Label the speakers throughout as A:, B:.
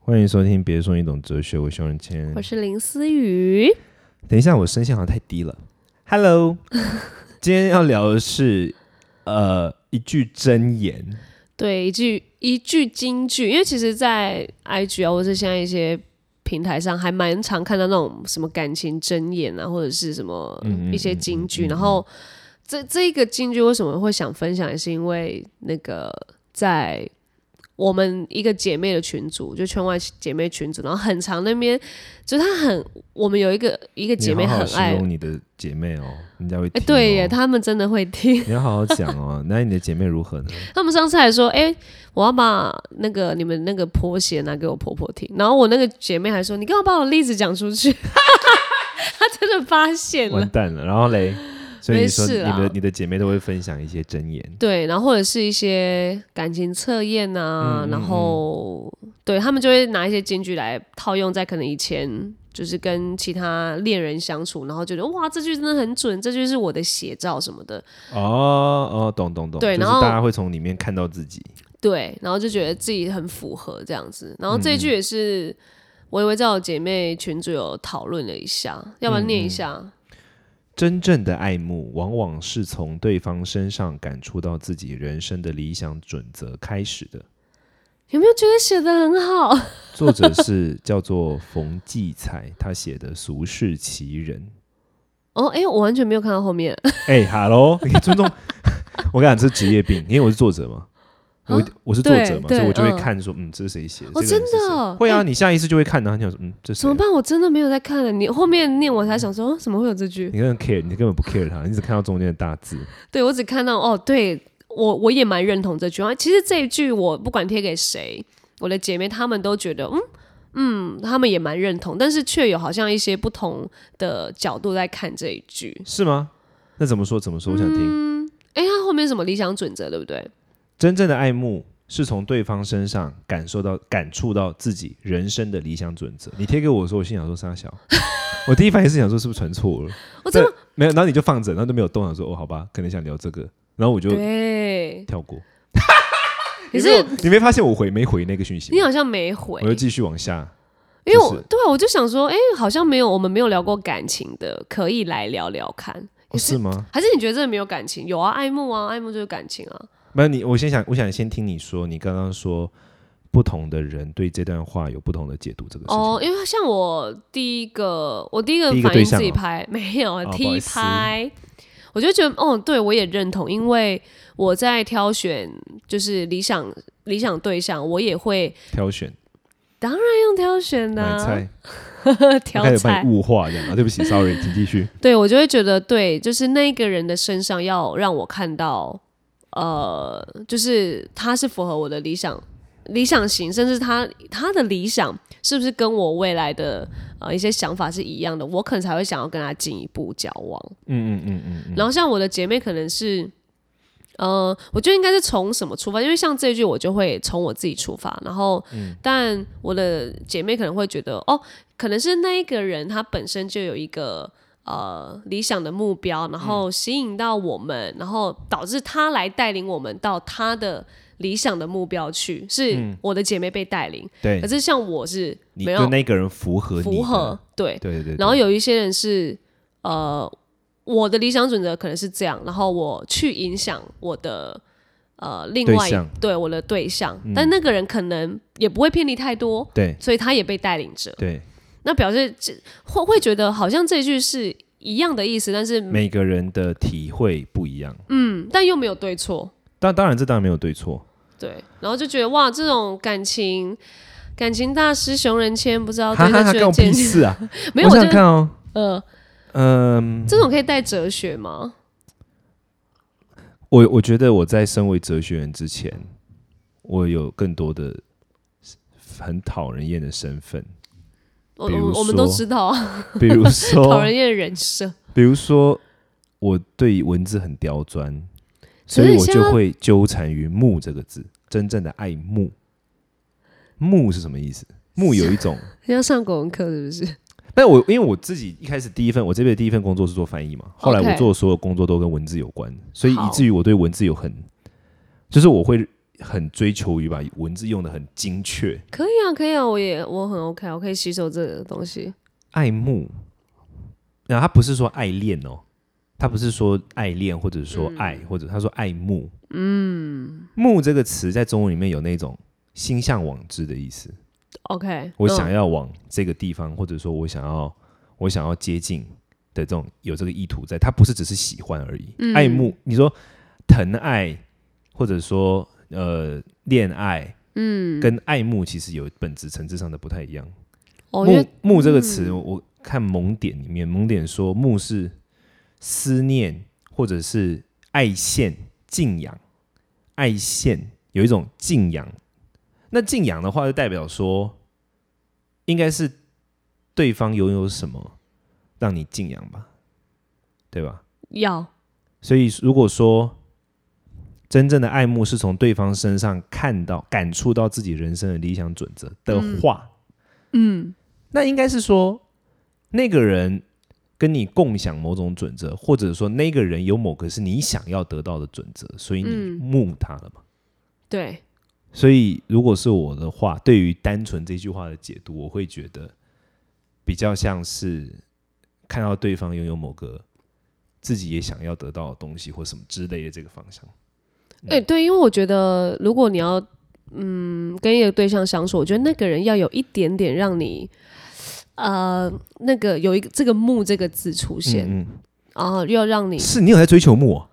A: 欢迎收听，别说你懂哲学，我是熊仁谦
B: 我。是林思雨。
A: 等一下，我声线好像太低了。Hello，今天要聊的是呃一句真言，
B: 哎对，一句一句金句，因为其实，在 IG 啊，或是现在一些平台上，还蛮常看到那种什么感情箴言啊，或者是什么
A: 嗯嗯
B: 一些金句。然后这这一个金句为什么会想分享，也是因为那个在我们一个姐妹的群组，就圈外姐妹群组，然后很长那边，就是她很，我们有一个一个姐妹
A: 你好
B: 很
A: 好形
B: 爱，
A: 容你的姐妹哦，人家会
B: 哎、
A: 听、哦。
B: 对耶，她们真的会听。
A: 你要好好讲 哦。那你的姐妹如何呢？
B: 他们上次还说，哎、我要把那个你们那个拖鞋拿给我婆婆听。然后我那个姐妹还说，你干嘛把我例子讲出去？ 她真的发现
A: 完
B: 了。
A: 蛋了，然后嘞，所以你说
B: 没
A: 你
B: 事啦
A: 的你的姐妹都会分享一些真言，
B: 对，然后或者是一些感情测验啊，
A: 嗯嗯
B: 然后对他们就会拿一些金句来套用在可能以前就是跟其他恋人相处，然后觉得哇这句真的很准，这句是我的写照什么的。
A: 哦哦，懂懂懂，
B: 对
A: 就是
B: 然后
A: 大家会从里面看到自己，
B: 对，然后就觉得自己很符合这样子。然后这一句也是，我以为在我姐妹群组有讨论了一下，要不要念一下？
A: 真正的爱慕，往往是从对方身上感触到自己人生的理想准则开始的。
B: 有没有觉得写的很好？
A: 作者是叫做冯骥才，他写的《俗世奇人
B: 哦，哎，我完全没有看到后面。》
A: 哎、哈喽，你尊重我跟你讲，这是职业病，因为我是作者嘛，我我是作者嘛，
B: 啊对
A: 所以我就会
B: 对嗯
A: 看说，嗯，这是谁写的？
B: 哦
A: 这个人
B: 真
A: 是谁
B: 的哦
A: 会啊，
B: 哎
A: 你下意识就会看的、你想说，嗯，这是
B: 怎么
A: 谁啊？
B: 办？我真的没有在看了。你后面念我才想说，哦怎么会有这句？
A: 你根本 care，你根本不 care 他，你只看到中间的大字。
B: 对我只看到哦，对我我也蛮认同这句话。其实这一句我不管贴给谁，我的姐妹她们都觉得嗯。嗯，她们也蛮认同，但是却有好像一些不同的角度在看这一句。
A: 是吗？那怎么说？怎么说？我想听。
B: 哎，他后面是什么理想准则，对不对？
A: 真正的爱慕是从对方身上感受到、感触到自己人生的理想准则。你贴给我说，我心想说傻小，我第一反应是想说是不是传错了？
B: 我哦真的
A: 没有，然后你就放着，然后都没有动，想说哦，好吧，可能想聊这个，然后我就
B: 对，
A: 跳过。
B: 可
A: 你没有
B: 是
A: 你没发现我回没回那个讯息吗？
B: 你好像没回
A: 我，就继续往下。
B: 因为
A: 就
B: 我
A: 是
B: 对啊，我就想说，哎，好像没有，我们没有聊过感情的，可以来聊聊看。
A: 哦、是吗？
B: 还是你觉得这没有感情？有啊，爱慕啊，爱慕就是感情啊。
A: 没有你，我先想，我想先听你说，你刚刚说不同的人对这段话有不同的解读，这个事情。
B: 哦，因为像我第一个，我第一个
A: 第一个
B: 反应
A: 对象
B: 自己
A: 哦
B: 拍， 没有啊
A: 哦不好意
B: ，T
A: 思
B: 拍，我就觉得，哦，对我也认同，因为我在挑选就是理想理想对象，我也会
A: 挑选、
B: 用挑选的、
A: 买
B: 啊，
A: 菜，我开
B: 挑
A: 始把
B: 菜
A: 你。物化这样啊？对不起，sorry，请继 续。
B: 对我就会觉得，对，就是那一个人的身上要让我看到，呃，就是他是符合我的理想理想型，甚至他他的理想是不是跟我未来的呃一些想法是一样的，我可能才会想要跟他进一步交往。
A: 嗯嗯嗯嗯嗯。
B: 然后像我的姐妹可能是，呃，我觉得应该是从什么出发，因为像这一句我就会从我自己出发，然后，
A: 嗯
B: 但我的姐妹可能会觉得，哦，可能是那一个人他本身就有一个。呃，理想的目标，然
A: 嗯
B: 后吸引到我们，然后导致他来带领我们到他的理想的目标去，是我的姐妹被带领，
A: 嗯对
B: 可，是像我是
A: 你
B: 没
A: 就
B: 有
A: 那个人符合你的
B: 符合，，对，
A: 对对对。
B: 然后有一些人是呃，我的理想准则可能是这样，然后我去影响我的呃另外
A: 对
B: 一
A: 象嗯
B: 对我的对象，但那个人可能也不会偏离太多，
A: 对
B: 所以他也被带领着。
A: 对，
B: 那表示这会会觉得好像这句是一样的意思，但是
A: 每个人的体会不一样，
B: 嗯，但又没有对错，
A: 但当然这当然没有对错，
B: 对，然后就觉得哇，这种感情。感情大师熊仁谦不知道
A: 哈
B: 哦对
A: 哈
B: 这
A: 哈，
B: 句
A: 干
B: 的
A: 我
B: 见
A: 屁
B: 解，
A: 事啊！
B: 没有，
A: 我
B: 我
A: 想
B: 就
A: 看哦，
B: 呃，
A: 嗯，
B: 这种可以带哲学吗？
A: 我我觉得我在身为哲学人之前，我有更多的很讨人厌的身份，
B: 我
A: 比如
B: 我我们都
A: 说哦
B: 知道啊，
A: 比如
B: 讨
A: 说，
B: 人厌的人设。
A: 比如说，我对文字很刁钻，所
B: 可是
A: 以
B: 你
A: 我
B: 现
A: 就
B: 在
A: 会纠缠于“慕”这个字，真正的爱慕。慕是什么意思？慕有一 种
B: 你要上国文课是不是？
A: 但我因为我自己一开始第一份我这边的第一份工作是做翻译嘛，后来
B: OK
A: 我做的所有工作都跟文字有关，所以以
B: 好
A: 至于我对文字有很，就是我会很追求于把文字用的很精确。
B: 可以啊，可以啊，我也我很 OK，我可以吸收这个东西。
A: 爱慕，然后他不是说爱恋哦，他不是说爱恋，或者说爱，或者他说爱慕。嗯，慕这个词在中文里面有那种心向往之的意思。
B: OK，
A: 我想
B: 要、
A: 要往这个地方，或者说我想要我想要接近的这种有这个意图在，它不是只是喜欢而已。
B: 嗯
A: 爱慕，你说疼爱，或者说呃恋爱，嗯，跟爱慕其实有本质层次上的不太一样。
B: 哦，因
A: 慕
B: 为嗯
A: 慕这个词，我我看蒙典里面，蒙典说慕是思念或者是爱羡、敬仰、爱羡有一种敬仰。那敬仰的话，就代表说，应该是对方拥有什么让你敬仰吧，对吧？
B: 要
A: 所以如果说真正的爱慕是从对方身上看到、感触到自己人生的理想准则的话，嗯，那应该是说那个人跟你共享某种准则，或者说那个人有某个是你想要得到的准则，所以你
B: 嗯
A: 慕他了嘛。
B: 对，
A: 所以如果是我的话，对于单纯这句话的解读，我会觉得比较像是看到对方拥有某个自己也想要得到的东西或什么之类的这个方向。
B: 哎、对，因为我觉得如果你要嗯跟一个对象相处，我觉得那个人要有一点点让你呃那个有一个这个“木”这个字出现，
A: 嗯
B: 然后要让你
A: 嗯，是你有在追求木啊？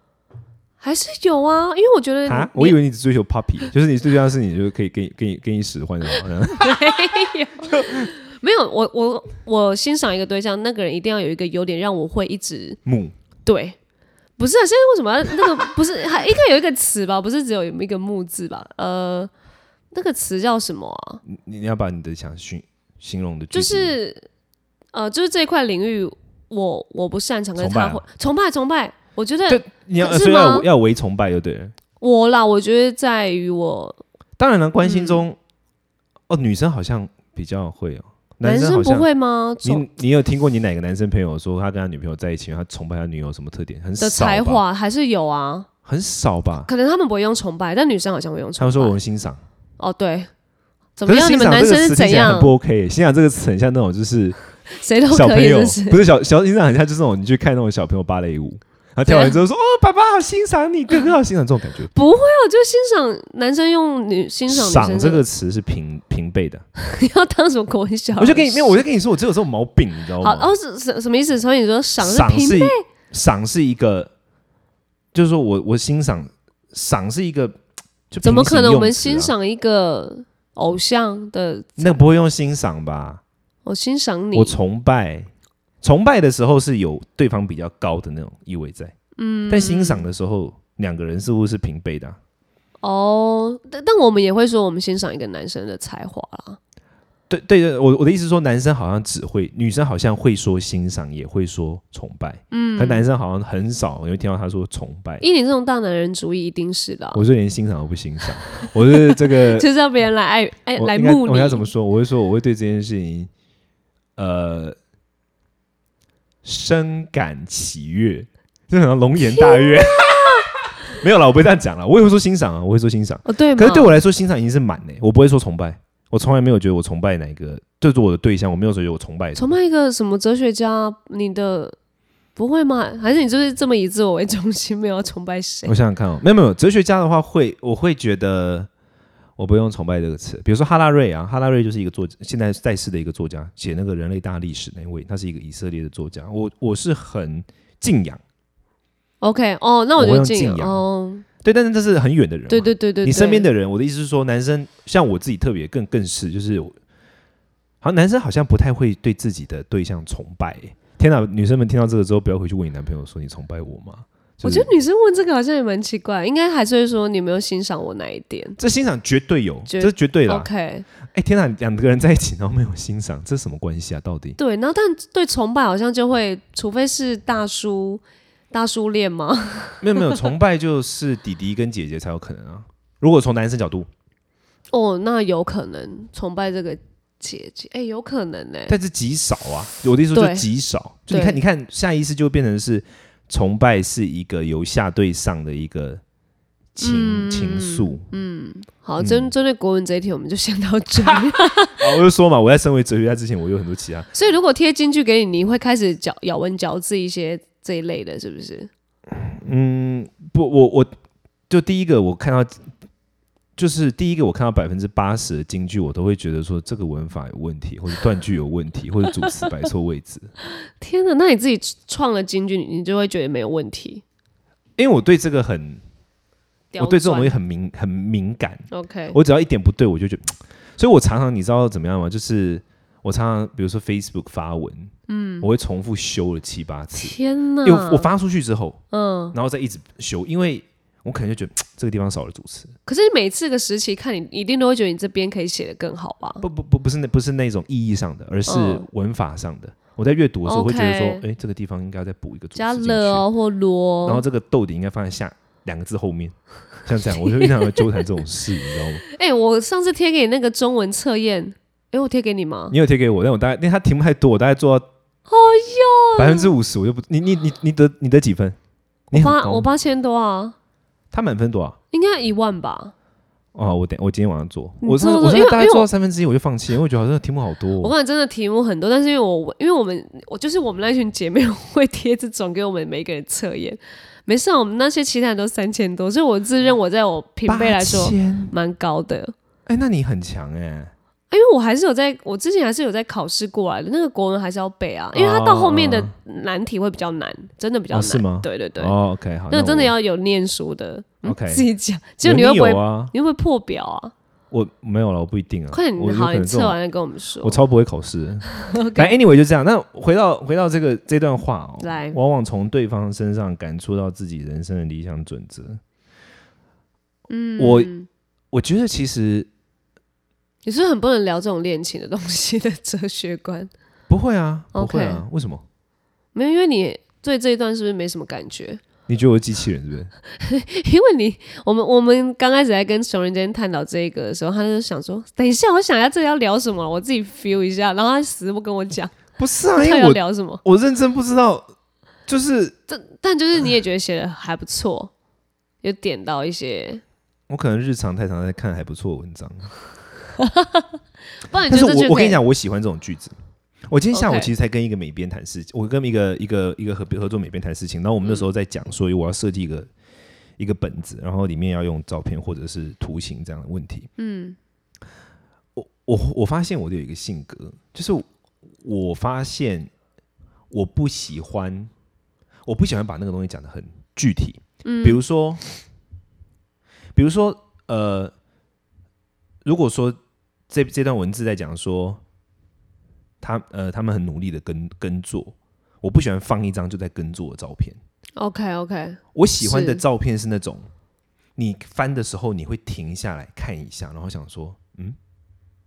B: 还是有啊，因为我觉得
A: 啊
B: 你
A: 我以为你只追求 puppy，就是你对象是你就可以跟跟你跟你使唤的好像。
B: 没有， 没有，我我我欣赏一个对象，那个人一定要有一个优点，让我会一直
A: 木
B: 对。不是啊，现在为什么要那个不是还应该有一个词吧？不是只有一个木字吧？呃，那个词叫什么啊？
A: 你你要把你的想形形容的句
B: 就
A: 子
B: 是呃，就是这一块领域我我不擅长，跟
A: 崇拜
B: 他
A: 啊
B: 会崇拜崇拜。我觉得
A: 对你要
B: 是
A: 所以
B: 吗
A: 要要唯崇拜就对了。
B: 我啦，我觉得在于我
A: 当然了，关心中、
B: 嗯
A: 哦，女生好像比较会哦，
B: 男
A: 生好
B: 不
A: 像
B: 会吗？崇
A: 你你有听过你哪个男生朋友说他跟他女朋友在一起，他崇拜他女友什么特点？很少
B: 的
A: 吧
B: 才华还是有啊，
A: 很少吧？
B: 可能他们不会用崇拜，但女生好像会用
A: 他
B: 崇拜。
A: 们说我很欣赏，
B: 哦，对，怎
A: 可
B: 么
A: 是
B: 样？你
A: 欣
B: 们
A: 赏
B: 男
A: 这个
B: 生
A: 词听
B: 是怎
A: 起来很
B: 样？
A: 不 OK 耶。欣赏这个词很像那种就是
B: 谁 都
A: 小
B: 可
A: 朋
B: 以，
A: 友，
B: 就是
A: 不是小小欣赏，很像就是那种你去看那种小朋友芭蕾舞，然后跳完之
B: 啊
A: 后说、哦，爸爸好欣赏你，哥哥好欣赏，这种感觉。
B: 不会啊，我就欣赏男生用女欣赏女
A: 赏
B: 生
A: 这个词是平平辈的，
B: 你要当什么国小？
A: 我就跟你没有，我就跟你说，我只有这种毛病，你知道
B: 好
A: 吗？
B: 哦，是什什么意思？所以你说赏是
A: 赏
B: 平
A: 是一赏是一个，就是说我我欣赏赏是一个，就
B: 怎么
A: 平行
B: 可能？我
A: 用
B: 们
A: 词
B: 欣
A: 啊
B: 赏一个偶像的，
A: 那个不会用欣赏吧？
B: 我欣赏你
A: 我，崇拜，崇拜的时候是有对方比较高的那种意味在，嗯，但欣赏的时候两个人似乎是平辈的啊、
B: 哦，但但我们也会说我们欣赏一个男生的才华啦。
A: 对对对，我我的意思是说，男生好像只会，女生好像会说欣赏，也会说崇拜，嗯，可男生好像很少，你会听到他说崇拜。
B: 依你这种大男人主义，一定是的啊、
A: 我是连欣赏都不欣赏，我是这 个
B: 就是让别人来爱爱
A: 我
B: 哎来
A: 应该
B: 慕你。
A: 我要怎么说？我会说我会对这件事情，呃，深感喜悦，就好像龙颜大悦。 没有啦，我不会这样讲啦，我也会说欣赏啊，我会说欣赏。
B: 哦，对吗？
A: 可是对我来说，欣赏已经是满嘞、我不会说崇拜，我从来没有觉得我崇拜哪一个，就是我的对象，我没有觉得我崇拜。
B: 崇拜一个什么哲学家？你的不会吗？还是你就是这么以自我为中心，没有要崇拜谁
A: 我？想想看哦，没有没有，哲学家的话会，我会觉得我不用崇拜这个词。比如说哈拉瑞啊，哈拉瑞就是一个作家，现在在世的一个作家，写那个人类大历史那位，他是一个以色列的作家。我我是很敬仰，
B: OK，哦，那
A: 我
B: 就
A: 用
B: 敬
A: 敬
B: 仰
A: 仰
B: 哦，
A: 对，但是这是很远的人嘛，
B: 对对对对，
A: 你身边
B: 对
A: 的人，我的意思是说，男生像我自己特别更更是，就是我好像男生好像不太会对自己的对象崇拜、欸天哪，女生们听到这个之后，不要回去问你男朋友说你崇拜我吗？就
B: 我
A: 是
B: 觉得女生问这个好像也蛮奇怪，应该还是会说你有没有欣赏我哪一点
A: 这欣赏绝对有，
B: 绝
A: 这是绝对啦。
B: ？OK，
A: 哎、天哪，两个人在一起，然后没有欣赏，这是什么关系啊？到底
B: 对，然后但对崇拜好像就会，除非是大叔大叔恋吗？
A: 没有没有崇拜，就是弟弟跟姐姐才有可能啊。如果从男生角度，
B: 哦，那有可能崇拜这个姐姐，哎，有可能呢、
A: 但是极少啊。我的意思说，
B: 对
A: 就极少。就你看，
B: 对
A: 你看，下意识就变成是崇拜是一个由下对上的一个
B: 嗯
A: 情情愫。
B: 好，
A: 嗯
B: 针针对国文这一题，我们就先到这 里。
A: 啊，我就说嘛，我在身为哲学家之前，我有很多其他
B: 所以如果贴金句给你，你会开始咬咬文嚼字一些这一类的，是不是？
A: 嗯，不，我我就第一个我看到，就是第一个我看到百分之八十的京剧，我都会觉得说这个文法有问题，或者断句有问题，或者主词摆错位置。
B: 天哪，那你自己创了金句，你你就会觉得没有问题。
A: 因为我对这个很，我对这种东西
B: 西
A: 很敏很敏感，
B: ，OK，
A: 我只要一点不对，我就觉得，嗯所以我常常你知道怎么样吗？就是我常常比如说 Facebook 发文，嗯，我会重复修了七八次，
B: 天哪，
A: 因为我我发出去之后，
B: 嗯，
A: 然后再一直修，因为我可能就觉得嗯这个地方少了主词。
B: 可是每次个时期看你，一定都会觉得你这边可以写得更好吧？
A: 不不不，不是那不是那种意义上的，而是
B: 嗯
A: 文法上的。我在阅读的时候会觉得说，哎
B: OK
A: 这个地方应该再补一个主
B: 加
A: 词进去，
B: 了哦，或罗，
A: 然后这个逗点应该放在下两个字后面， 像这样，我就经常会纠缠这种事，你知道吗？
B: 哎、我上次贴给你那个中文测验，哎、我贴给你吗？
A: 你有贴给我，但我大概，因为它题目太多，我大概做到
B: 哦哟，
A: 百分之五十，我就不，你你你你得你得几分？你很
B: 八
A: 高
B: 我
A: 吗，
B: 八千多啊，
A: 他满分多少？
B: 应该一万吧。
A: 哦，我等我今天晚上做，
B: 你
A: 我是
B: 做
A: 我
B: 做
A: 是
B: 因为
A: 大概
B: 因为
A: 做到
B: 我
A: 三分之一我就放弃，因为我觉得好像题目好多
B: 我
A: 哦、
B: 感觉真的题目很多，但是因为我因为我们我就是我们那群姐妹会贴这种给我们每一个人测验，没事啊，我们那些其他人都三千多，所以我自认我在我平
A: 八
B: 辈来说
A: 千，
B: 蛮高的。
A: 哎，那你很强哎、
B: 因为我还是有在，我之前还是有在考试过来的，那个国文还是要背啊，因为它到后面的
A: 哦
B: 难题会比较难，真的比较
A: 哦
B: 难。
A: 是吗
B: 对对对，
A: 哦，OK，好，
B: 那个真的
A: 我
B: 要有念书的。嗯
A: OK
B: 自己讲，结
A: 有
B: 果
A: 你
B: 你会不会，
A: 有啊？
B: 你会不会破表啊？
A: 我没有了，我不一定啊。
B: 快点，
A: 我有
B: 好，
A: 可能
B: 你啊
A: 这
B: 测
A: 种
B: 完再跟我们说。
A: 我超不会考 试的。反正 anyway 就这样。那回到回到这个这段话哦，
B: 来
A: 往往从对方身上感触到自己人生的理想准则。
B: 嗯
A: 我我觉得其实
B: 你是不是很不能聊这种恋情的东西的哲学观，
A: 不会啊，不
B: OK
A: 会啊为什么？
B: 没有，因为你对这一段是不是没什么感觉？
A: 你觉得我是机器人是不是？
B: 因为你，我们我们刚开始在跟熊仁坚探讨这个的时候，他就想说，等一下，我想一下这个要聊什么，我自己 feel 一下，然后他死不跟我讲
A: 不是啊，因
B: 他
A: 为
B: 要
A: 我
B: 聊什么。
A: 我认真不知道，就是
B: 但就是你也觉得写的还不错， 有点到一些，
A: 我可能日常太常在看还不错的文章，
B: 不然
A: 但
B: 你
A: 是
B: 就这
A: 我
B: 句
A: 我跟
B: 可以
A: 你，讲，我喜欢这种句子。我今天下午
B: OK
A: 其实才跟一个美编谈事情，我跟一个一个一个合合作美编谈事情，然后我们那时候在讲说，我要设计一个一个本子，然后里面要用照片或者是图形这样的问题。嗯，我我我发现我的有一个性格，就是我发现我不喜欢，我不喜欢把那个东西讲的很具体。嗯，比如说，比如说，呃，如果说这这段文字在讲说，他呃他们很努力的耕耕作，我不喜欢放一张就在耕作的照片，
B: OK OK，
A: 我喜欢的
B: 是
A: 照片是那种你翻的时候你会停下来看一下，然后想说，嗯，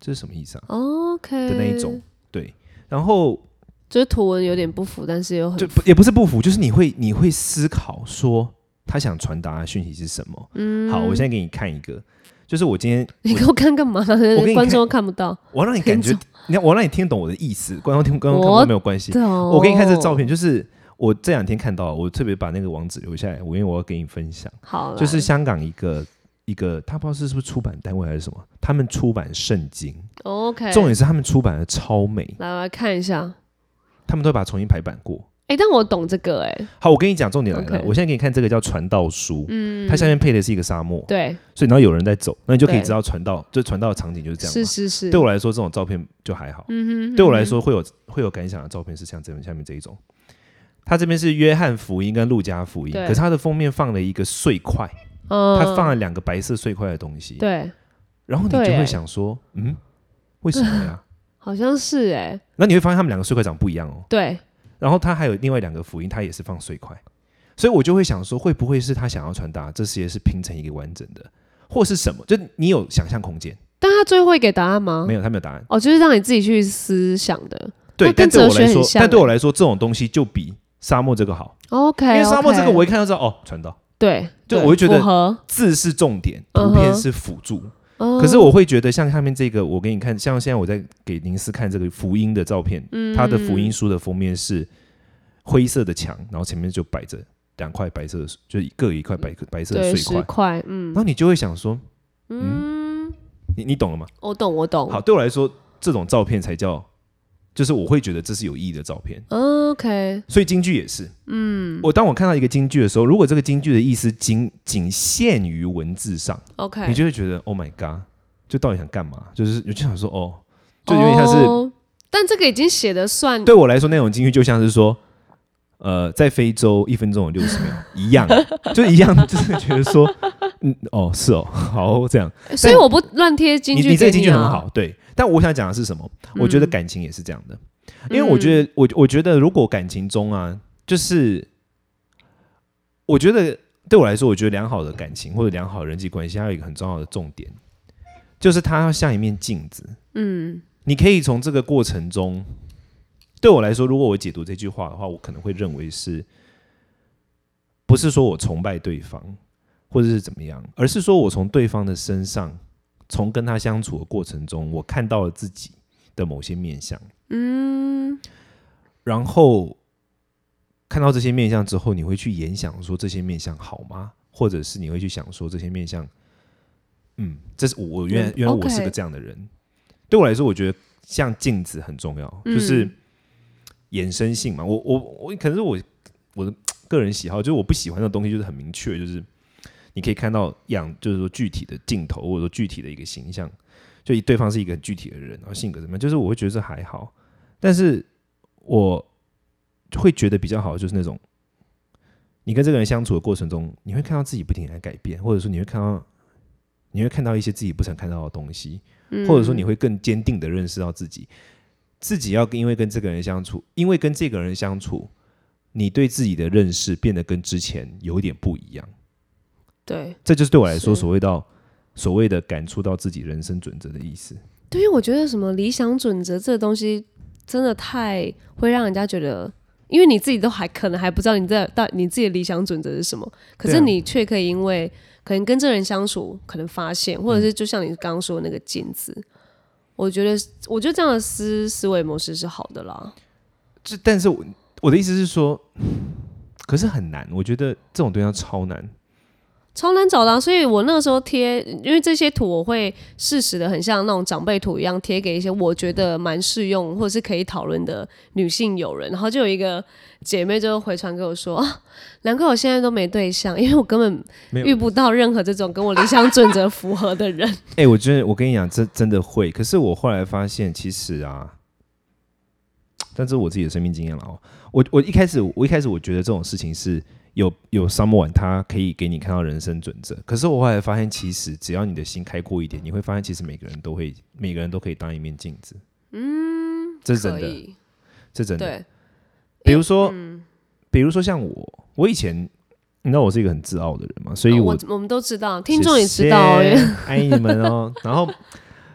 A: 这是什么意思啊
B: OK
A: 的那一
B: 呃
A: 种，，对，然后
B: 就是图文有点不符，但是又很
A: 就不也不是不服，就是你会你会思考说他想传达的讯息是什么。嗯，好，我现在给你看一个，就是我今天
B: 你给我看干嘛？
A: 你看
B: 观众看不到。
A: 我要让你感觉
B: 听，
A: 你看我要让你听懂我的意思，观众听观众看不
B: 我
A: 到没有关系。
B: 我
A: 我给你看这照，片，就是我这两天看到，我特别把那个网址留下来，我因为我要给你分享，
B: 好啦，
A: 就是香港一个一个，他不知道是是不是出版单位还是什么，他们出版圣经，
B: OK。
A: 重点是他们出版的超美，
B: 来，我来看一下。
A: 他们都会把它重新排版过。
B: 哎、但我懂这个哎、
A: 好，我跟你讲重点来了
B: OK 嗯
A: 我现在给你看这个叫传道书，它下面配的是一个沙漠，
B: 对，
A: 所以然后有人在走，那你就可以
B: 对
A: 知道传道，就传道的场景就是这样嘛。
B: 是是是，嗯
A: 对我来说，这种照片就还好。对我来说，会有会有感想的照片是像这下面这一种。它这边是约翰福音跟路加福音，
B: 对
A: 可是它的封面放了一个碎块，
B: 嗯，
A: 它放了两个白色碎块的东西，
B: 对，
A: 然后你就
B: 对
A: 会
B: 耶
A: 想说，嗯，为什么呀？
B: 好像是哎、
A: 那你会发现它们两个碎块长不一样哦。
B: 对，
A: 然后它还有另外两个福音，它也是放碎块，所以我就会想说，会不会是他想要传达这世界是拼成一个完整的，或是什么？就你有想象空间，
B: 但他最后会给答案吗？
A: 没有，他没有答案。
B: 哦，就是让你自己去思想的。
A: 对，
B: 那
A: 但
B: 跟
A: 对我
B: 哲学
A: 来
B: 很
A: 说，
B: 像
A: 但对
B: 欸
A: 我来说，这种东西就比沙漠这个好，因
B: OK，
A: 为沙漠这个
B: OK
A: 我一看就知道，哦，传道
B: 对，
A: 就
B: 对
A: 我会觉得
B: 符合
A: 字是重点，
B: 嗯
A: 图
B: 哼
A: 片是辅助。
B: 嗯
A: 可是我会觉得，像下面这个，我给你看，像现在我在给林思看这个福音的
B: 嗯
A: 照片，它的福音书的封面是灰色的墙，然后前面就摆着两块白色的，就是各一块白白色的
B: 对，
A: 碎
B: 十
A: 块，
B: 块，
A: 然
B: 嗯
A: 后你就会想说，
B: 嗯，
A: 你你懂了吗？
B: 我懂，我懂。
A: 好，对我来说，这种照片才叫，就是我会觉得这是有意义的照片。
B: 嗯，OK，
A: 所以京剧也是，嗯，我当我看到一个京剧的时候，如果这个京剧的意思仅仅限于文字上，
B: OK，
A: 你就会觉得 Oh my God，就到底想干嘛？就是我就想说，哦，就有点像是、
B: 哦但这个已经写的算
A: 对我来说那种京剧就像是说，呃，在非洲一分钟有六十秒一样，就一样，就是觉得说，嗯，哦，是哦，好这样，
B: 所以我不乱贴金
A: 你
B: 句给
A: 你这个京剧
B: 啊
A: 很好，对。但我想讲的是什么？我觉得
B: 嗯
A: 感情也是这样的，因为我觉得我我觉得如果感情中啊，就是我觉得对我来说，我觉得良好的感情或者良好的人际关系，还有一个很重要的重点，就是它要像一面镜子。
B: 嗯
A: 你可以从这个过程中，对我来说，如果我解读这句话的话，我可能会认为是，不是说我崇拜对方，或者是怎么样，而是说我从对方的身上，从跟他相处的过程中，我看到了自己的某些面相，
B: 嗯
A: 然后看到这些面相之后，你会去研想说这些面相好吗？或者是你会去想说这些面相，嗯，这是我我原来
B: 嗯
A: 原来我
B: OK
A: 是个这样的人。对我来说，我觉得像镜子很重要，就是
B: 嗯
A: 衍生性嘛。我我我，可是我我的个人喜好就是我不喜欢的东西就是很明确，就是你可以看到样，就是说具体的镜头或者说具体的一个形象，就以对方是一个很具体的人，然后性格怎么样，就是我会觉得这还好，但是我会觉得比较好的就是那种。你跟这个人相处的过程中，你会看到自己不停的改变，或者说你会看到，你会看到一些自己不曾看到的东西，
B: 嗯，
A: 或者说你会更坚定的认识到自己，自己要因为跟这个人相处，因为跟这个人相处，你对自己的认识变得跟之前有一点不一样。
B: 对
A: 这就是对我来说
B: 是
A: 所谓到所谓的感触到自己人生准则的意思。
B: 对，因为我觉得什么理想准则这个东西真的太会让人家觉得。因为你自己都还可能还不知道你在到你自己的理想准则是什么，可
A: 对
B: 是
A: 啊
B: 你却可以因为可能跟这个人相处，可能发现，或者
A: 嗯
B: 是就像你刚刚说的那个镜子，我觉得我觉得这样的思思维模式是好的啦。
A: 这但是我我的意思是说，可是很难，我觉得这种对象超难。
B: 超难找的啊、所以我那个时候贴，因为这些图我会适时的很像那种长辈图一样贴给一些我觉得蛮适用或者是可以讨论的女性友人，然后就有一个姐妹就回传给我说， 啊，难怪我现在都没对象，因为我根
A: 没
B: 本
A: 有
B: 遇不到任何这种跟我理想准则符合的人。
A: 哎、我觉得我跟你讲，这真的会。可是我后来发现，其实啊，但这是我自己的生命经验了哦。我我一开始我一开始我觉得这种事情是有有 someone 他可以给你看到人生准则。可是我后来发现，其实只要你的心开阔一点，你会发现，其实每个人都会，每个人都可以当一面镜子。嗯，这是真
B: 可
A: 的，
B: 以，
A: 这是真的。
B: 对，嗯
A: 比如说，比如说像我，我以前。你知道我是一个很自傲的人嘛，所以
B: 啊
A: 我
B: 我我们都知道，听众也知道哦，
A: 谢
B: 因
A: 谢
B: 为
A: 爱你们 哦。然后，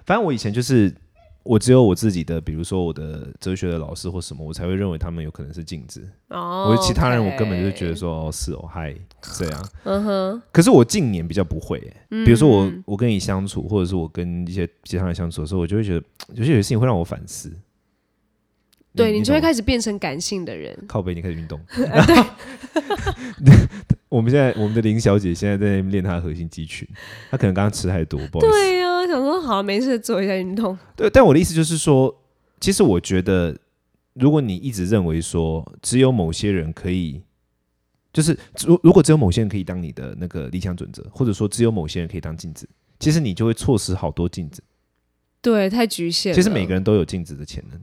A: 反正我以前就是，我只有我自己的，比如说我的哲学的老师或什么，我才会认为他们有可能是镜子。
B: 哦
A: 我其他人我根本就
B: OK
A: 觉得，说，哦，是哦，嗨，这样。
B: 嗯哼，
A: 可是我近年比较不会、
B: 嗯
A: 欸，比如说我我跟你相处，或者是我跟一些其他人相处的时候，我就会觉得有些有些事情会让我反思。你
B: 对你就
A: 懂
B: 会
A: 吗
B: 开始变成感性的人，
A: 靠背，你开始运动。 我们现在我们的林小姐现在在那边练她的核心肌群，她可能刚刚吃太多，不好意思。
B: 对呀、想说好没事做一下运动，
A: 对，但我的意思就是说，其实我觉得，如果你一直认为说只有某些人可以，就是如如果只有某些人可以当你的那个理想准则，或者说只有某些人可以当镜子，其实你就会错失好多镜子。
B: 对，太局限了。
A: 其实每个人都有镜子的潜能，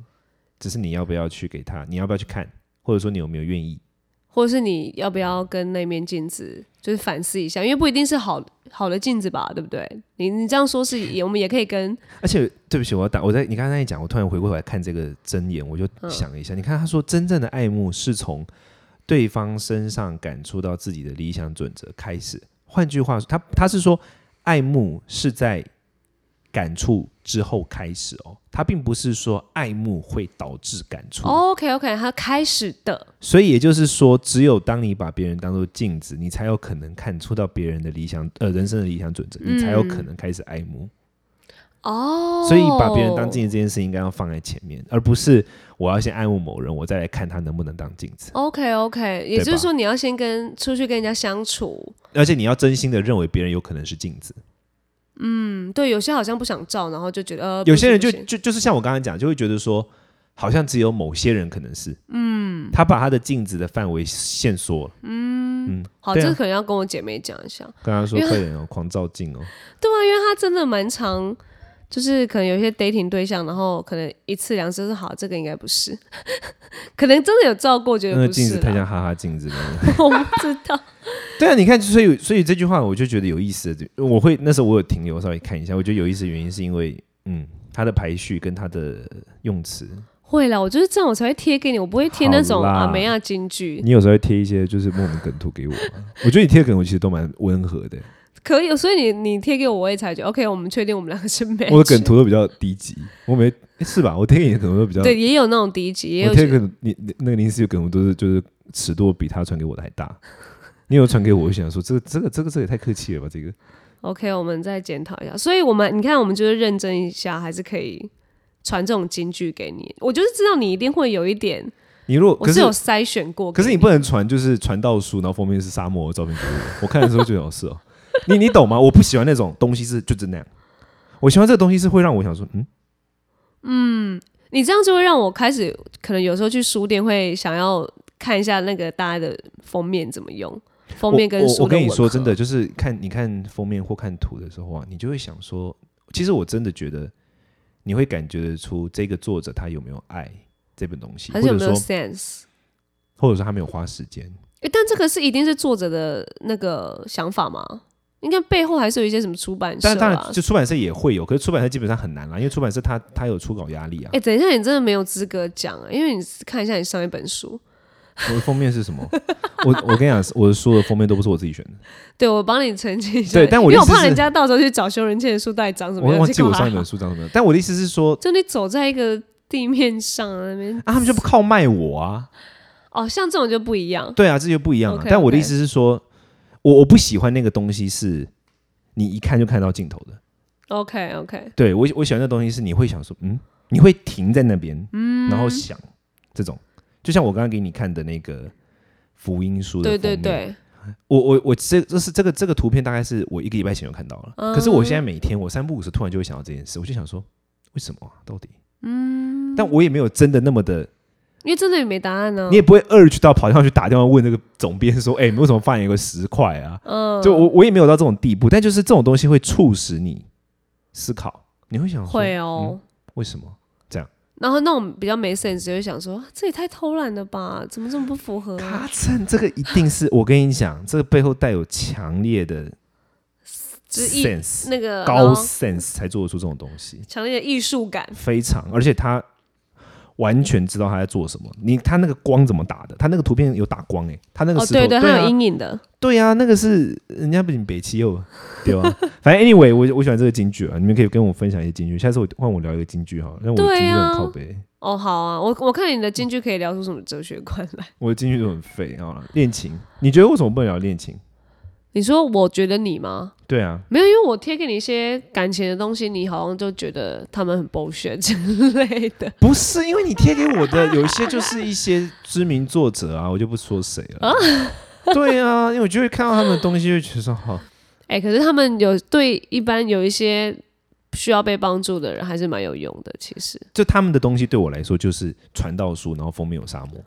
A: 只是你要不要去给他，你要不要去看，或者说你有没有愿意。
B: 或者是你要不要跟那面镜子就是反思一下，因为不一定是好好的镜子吧，对不对？你你这样说是也，我们也可以跟
A: 而且对不起，我要打我在你刚才一讲，我突然回过头来看这个箴言，我就
B: 嗯
A: 想了一下，你看他说真正的爱慕是从对方身上感触到自己的理想准则开始。换句话说，他他是说爱慕是在感触之后开始哦，他并不是说爱慕会导致感触。
B: OK OK，他开始的
A: 所以也就是说，只有当你把别人当做镜子，你才有可能看出到别人的理想呃人生的理想准则，你才有可能开始爱慕。
B: 哦，
A: 所以把别人当镜子这件事情应该要放在前面，而不是我要先爱慕某人，我再来看他能不能当镜子。
B: OK OK，也
A: 对
B: 就是
A: 吧
B: 说你要先跟出去跟人家相处，
A: 而且你要真心的认为别人有可能是镜子。
B: 嗯，对，有些好像不想照，然后就觉得呃，
A: 有些人
B: 不
A: 就
B: 行不
A: 就
B: 行
A: 就是像我刚才讲，就会觉得说，好像只有某些人可能是，嗯，他把他的镜子的范围限缩了。
B: 好，
A: 对啊
B: 这个可能要跟我姐妹讲一下，
A: 跟他说
B: 因为
A: 快点哦，狂照镜 哦，
B: 对啊，因为她真的蛮长。就是可能有一些 dating 对象，然后可能一次两次就是好，这个应该不是， 可能真的有照过，觉
A: 那个
B: 得不
A: 镜
B: 是
A: 子太
B: 啦，
A: 像哈哈镜子了。
B: 我不知道。
A: 对啊，你看，所以所以这句话我就觉得有意思的，我会那时候我有停留稍微看一下，我觉得有意思的原因是因为，嗯，它的排序跟它的用词，
B: 会啦，我就是这样，我才会贴给你，我不会贴那种
A: 好啦
B: 阿梅亚金句。
A: 你有时候会贴一些就是莫名梗图给我嘛， 我觉得你贴梗我其实都蛮温和的，欸
B: 可以，所以你你贴给我，我也才觉得 OK，我们确定我们两个是 m a
A: 我的梗图都比较低级，我每诶是吧？我贴给你的梗图都比较
B: 对，也有那种低级，也有
A: 我贴个你你那个林思雨梗，我都是就是尺度比他传给我的还大。你有传给我，我就想说这个这个这个这个也太客气了吧？这个
B: OK，我们再检讨一下。所以，我们你看，我们就是认真一下，还是可以传这种金句给你。我就是知道你一定会有一点，
A: 你如果可
B: 我是
A: 是
B: 有筛选过给。
A: 可是你不能传就是传道书，然后封面是沙漠的照片给我，我看的时候就有事哦。你你懂吗？我不喜欢那种东西是就是那样，我喜欢这个东西是会让我想说，嗯，
B: 你这样就会让我开始，可能有时候去书店会想要看一下那个大家的封面怎么用，封面跟
A: 我我
B: 书
A: 我跟
B: 的
A: 你
B: 吻
A: 说
B: 合
A: 真的，，就是看你看封面或看图的时候啊，你就会想说，其实我真的觉得你会感觉得出这个作者他有没有爱这本东西，
B: 还是有
A: 或
B: 没
A: 者
B: 有
A: 说
B: sense？
A: 或者说他没有花时间。
B: 诶但这个是一定是作者的那个想法吗？应该背后还是有一些什么出版社
A: 但当
B: 啊
A: 然，？就出版社也会有，可是出版社基本上很难啦，因为出版社它它有出稿压力啊
B: 哎、。等一下，你真的没有资格讲啊、因为你看一下你上一本书，
A: 我的封面是什么？我我跟你讲，我的书的封面都不是我自己选的，
B: 对，我帮你澄清一下。
A: 对但我的
B: 因
A: 意
B: 为我
A: 思
B: 怕
A: 是
B: 人家到时候去找修人倩的书到底长什么
A: 我
B: 样，
A: 忘
B: 结
A: 记
B: 果
A: 我上
B: 还
A: 一
B: 好
A: 本书长什么样。但我的意思是说，
B: 就你走在一个地面上啊那边
A: 啊，他们就不靠卖我啊，
B: 哦，像这种就不一 样。
A: 对啊，这就不一样了。
B: OK，OK
A: 但我的意思是说，我我不喜欢那个东西是你一看就看到尽头的。
B: OK OK，
A: 对我我喜欢的东西是你会想说，嗯，你会停在那边，嗯，然后想这种，就像我刚刚给你看的那个福音书的
B: 对
A: 封
B: 对
A: 面，
B: 对，
A: 我我我这这是这个这个图片大概是我一个礼拜前就看到了，
B: 嗯
A: 可是我现在每天我三不五时突然就会想到这件事，我就想说为什么啊？到底？嗯，但我也没有真的那么的，
B: 因为真的也没答案啊呢、
A: 你也不会 urge 到跑上去打电话问那个总编说，哎、 你为什么发言有个十块啊？
B: 嗯，
A: 就我我也没有到这种地步，但就是这种东西会促使你思考，你会想说
B: 会哦。
A: 为什么？
B: 然后那种比较没 sense 就会想说，啊这也太偷懒了吧？怎么这么不符合、
A: 卡层这个一定是我跟你讲，这个背后带有强烈的
B: 之意
A: sense
B: 那个
A: 高
B: 然后
A: sense 才做得出这种东西。
B: 强烈的艺术感，
A: 非常，而且他完全知道他在做什么。你他那个光怎么打的？他那个图片有打光诶、他那个
B: 哦，
A: 石头、
B: 对对，它有
A: 啊，
B: 阴影的。
A: 对啊，那个是人家不仅北七又对吧、 反正 anyway，我我喜欢这个京剧啊，你们可以跟我分享一些京剧。下次我换我聊一个京剧哈，让我的
B: 对
A: 京剧
B: 啊
A: 很靠北，
B: 哦，好啊，我我看你的京剧可以聊出什么哲学观来。
A: 我的京剧都很废啊。恋情，你觉得为什么不能聊恋情？
B: 你说，我觉得你吗？
A: 对啊，
B: 没有，因为我贴给你一些感情的东西，你好像就觉得他们很 bullshit 之类的。
A: 不是因为你贴给我的有一些就是一些知名作者啊，我就不说谁了。对啊，因为我就会看到他们的东西，就会觉得说好。
B: 哎、可是他们有对一般有一些需要被帮助的人还是蛮有用的，其实。
A: 就他们的东西对我来说就是传道书，然后封面有沙漠，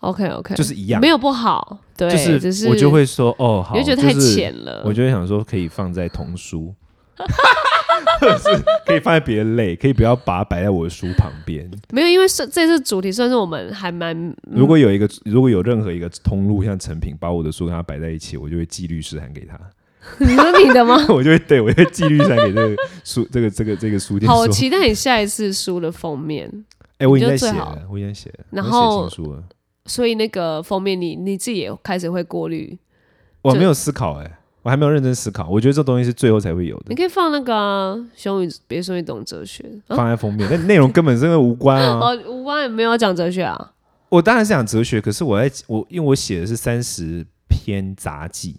B: OK OK，
A: 就是一样，
B: 没有不好，对，
A: 就是
B: 只是
A: 我就，会说哦，好，
B: 你就觉得太
A: 就是
B: 浅了。
A: 我就会想说可以放在童书， 或者是可以放在别的类，可以不要把它摆在我的书旁边。
B: 没有，因为是这次主题算是我们还蛮嗯
A: 如果有一个，如果有任何一个通路像成品把我的书跟它摆在一起，我就会寄律师函给他，
B: 你说你的吗？
A: 我就会对我就会寄律师函给这个书这个这个这个书店
B: 好，我
A: 说，
B: 期待你下一次书的封面。
A: 哎，我已经
B: 你就
A: 在写
B: 最好
A: 了，我已经在写了，
B: 然
A: 我在写
B: 后
A: 新书了，
B: 所以那个封面你，你自己也开始会过滤，
A: 我
B: 就
A: 没有思考，哎，我还没有认真思考，我觉得这东西是最后才会有的
B: 你。可以放那个、啊《熊与别说你懂哲学》啊，
A: 放在封面，但内容根本真的无关啊。
B: 哦，无关也没有要讲哲学啊。
A: 我当然是讲哲学，可是我在我因为我写的是三十篇杂记，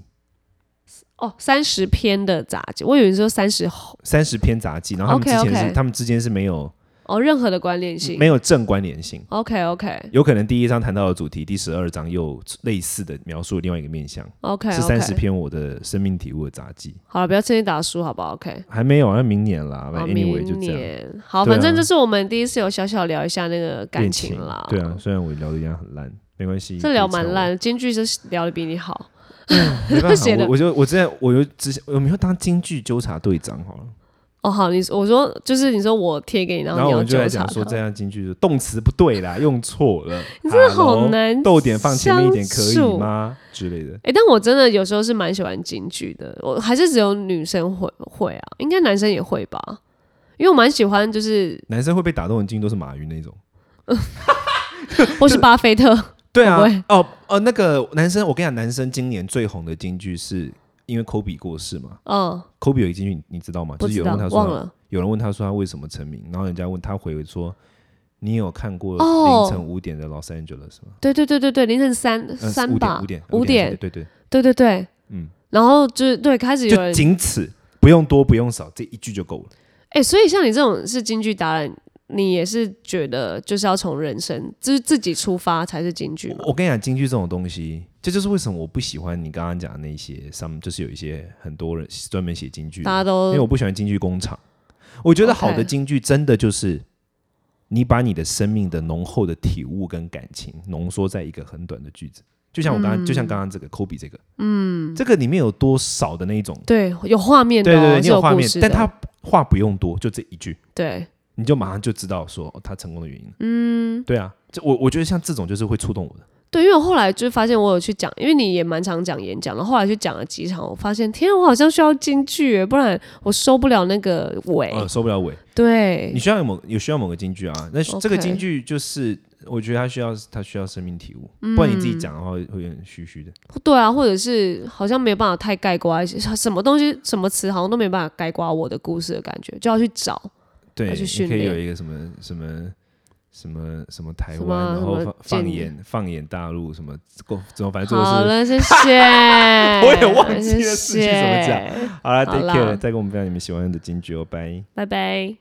B: 哦，三十篇的杂志，我以为你说三十后
A: 三十篇杂记，然后他们之
B: OK，
A: 前是
B: OK
A: 他们之间是没有
B: 哦，任何的关联性
A: 没有正关联性，
B: OK OK
A: 有可能第一章谈到的主题，第十二章又类似的描述另外一个面向，
B: OK
A: 是三十
B: OK，
A: 篇我的生命体悟的杂记，
B: 好了，不要趁机打书好不好？OK，
A: 还没有，那明年啦，
B: 好，
A: 反正 anyway 就
B: 哦
A: 这
B: 明
A: 样。
B: 年好，
A: 对啊
B: 反正这是我们第一次有小小聊一下那个感
A: 恋
B: 情啦，
A: 对啊，，虽然我聊的一样很烂，没关系，
B: 这聊
A: 可以
B: 蛮
A: 找我
B: 烂，的，京剧是聊的比你好，
A: 没办法
B: 写，的
A: 我我就我之前我就之前我们要当京剧纠察队长好了，
B: 哦，好，你我说就是你说我贴给你，然
A: 然后我
B: 后你要
A: 们就
B: 纠
A: 在
B: 察
A: 讲说这
B: 他，
A: 样京剧就动词不对啦，用错了，
B: 你真的
A: Hello，
B: 好难。
A: 逗点放前面一点可
B: 相
A: 以
B: 处
A: 吗之类的？
B: 哎、但我真的有时候是蛮喜欢京剧的，我还是只有女生会会啊，应该男生也会吧，因为我蛮喜欢就是
A: 男生会被打动的京剧都是马云那种，
B: 或是巴菲特，
A: 对啊
B: 会不会，
A: 哦哦，那个男生，我跟你讲，男生今年最红的京剧是因为科比过世嘛，
B: 嗯，
A: 科比有一京剧你你知道吗？
B: 不
A: 就是
B: 知
A: 有人
B: 道
A: 问他说
B: 忘
A: 他，
B: 了，
A: 有人问他说他为什么成名，然后人家问他回说。你有看过
B: 哦
A: 凌晨五点的《Los Angeles》吗？
B: 对对对对对，凌晨三
A: 呃
B: 三
A: 五
B: 吧
A: 点，五点
B: 五点，
A: 对对，
B: 对对对，
A: 嗯，
B: 然后就是对开始有
A: 就
B: 人，
A: 仅此，不用多不用少，这一句就够了。
B: 哎、所以像你这种是京剧达人，你也是觉得就是要从人生就是自己出发才是京剧吗？
A: 我跟你讲，京剧这种东西，这就是为什么我不喜欢你刚刚讲的那些，上面就是有一些很多人专门写京剧的
B: 大，家
A: 因为我
B: 都
A: 不喜欢京剧工厂。我觉得
B: OK
A: 好的京剧真的就是你把你的生命的浓厚的体悟跟感情浓缩在一个很短的句子，就像我刚刚，就像刚刚这个 Kobe 这个，嗯，这个里面有多少的那一种，
B: 对有画面的、
A: 对
B: 哦，
A: 对对，你
B: 是有
A: 画
B: 故
A: 面
B: 事，的
A: 但他话不用多，就这一句。
B: 对
A: 你就马上就知道说、哦他成功的原因。嗯，对啊，就我我觉得像这种就是会触动我的。
B: 对，因为我后来就发现我有去讲，因为你也蛮常讲演讲，然后后来去讲了几场，我发现天啊，我好像需要京剧耶，不然我收不了那个尾。
A: 呃，受不了尾，
B: 对
A: 你，需要有某有需要某个京剧啊？那
B: OK
A: 这个京剧就是我觉得他需要他需要生命体悟，
B: 嗯
A: 不然你自己讲的话会会有点虚虚的。
B: 对啊，或者是好像没有办法太概括一些什么东西、什么词，好像都没办法概括我的故事的感觉，就要去找。
A: 对，
B: 要去
A: 你
B: 训
A: 可以
B: 练
A: 有一个什么什么。什么什么台
B: 什
A: 湾，
B: 么
A: 然
B: 什
A: 后
B: 么
A: 放放
B: 建
A: 眼放眼大陆，什么怎么反正最
B: 好
A: 后是
B: 了，谢谢。
A: 我也忘记了事
B: 谢
A: 情怎么
B: 谢
A: 讲好了
B: 好
A: ，take
B: 啦
A: care，再跟我们分享你们喜欢的京剧哦，拜。
B: 拜拜。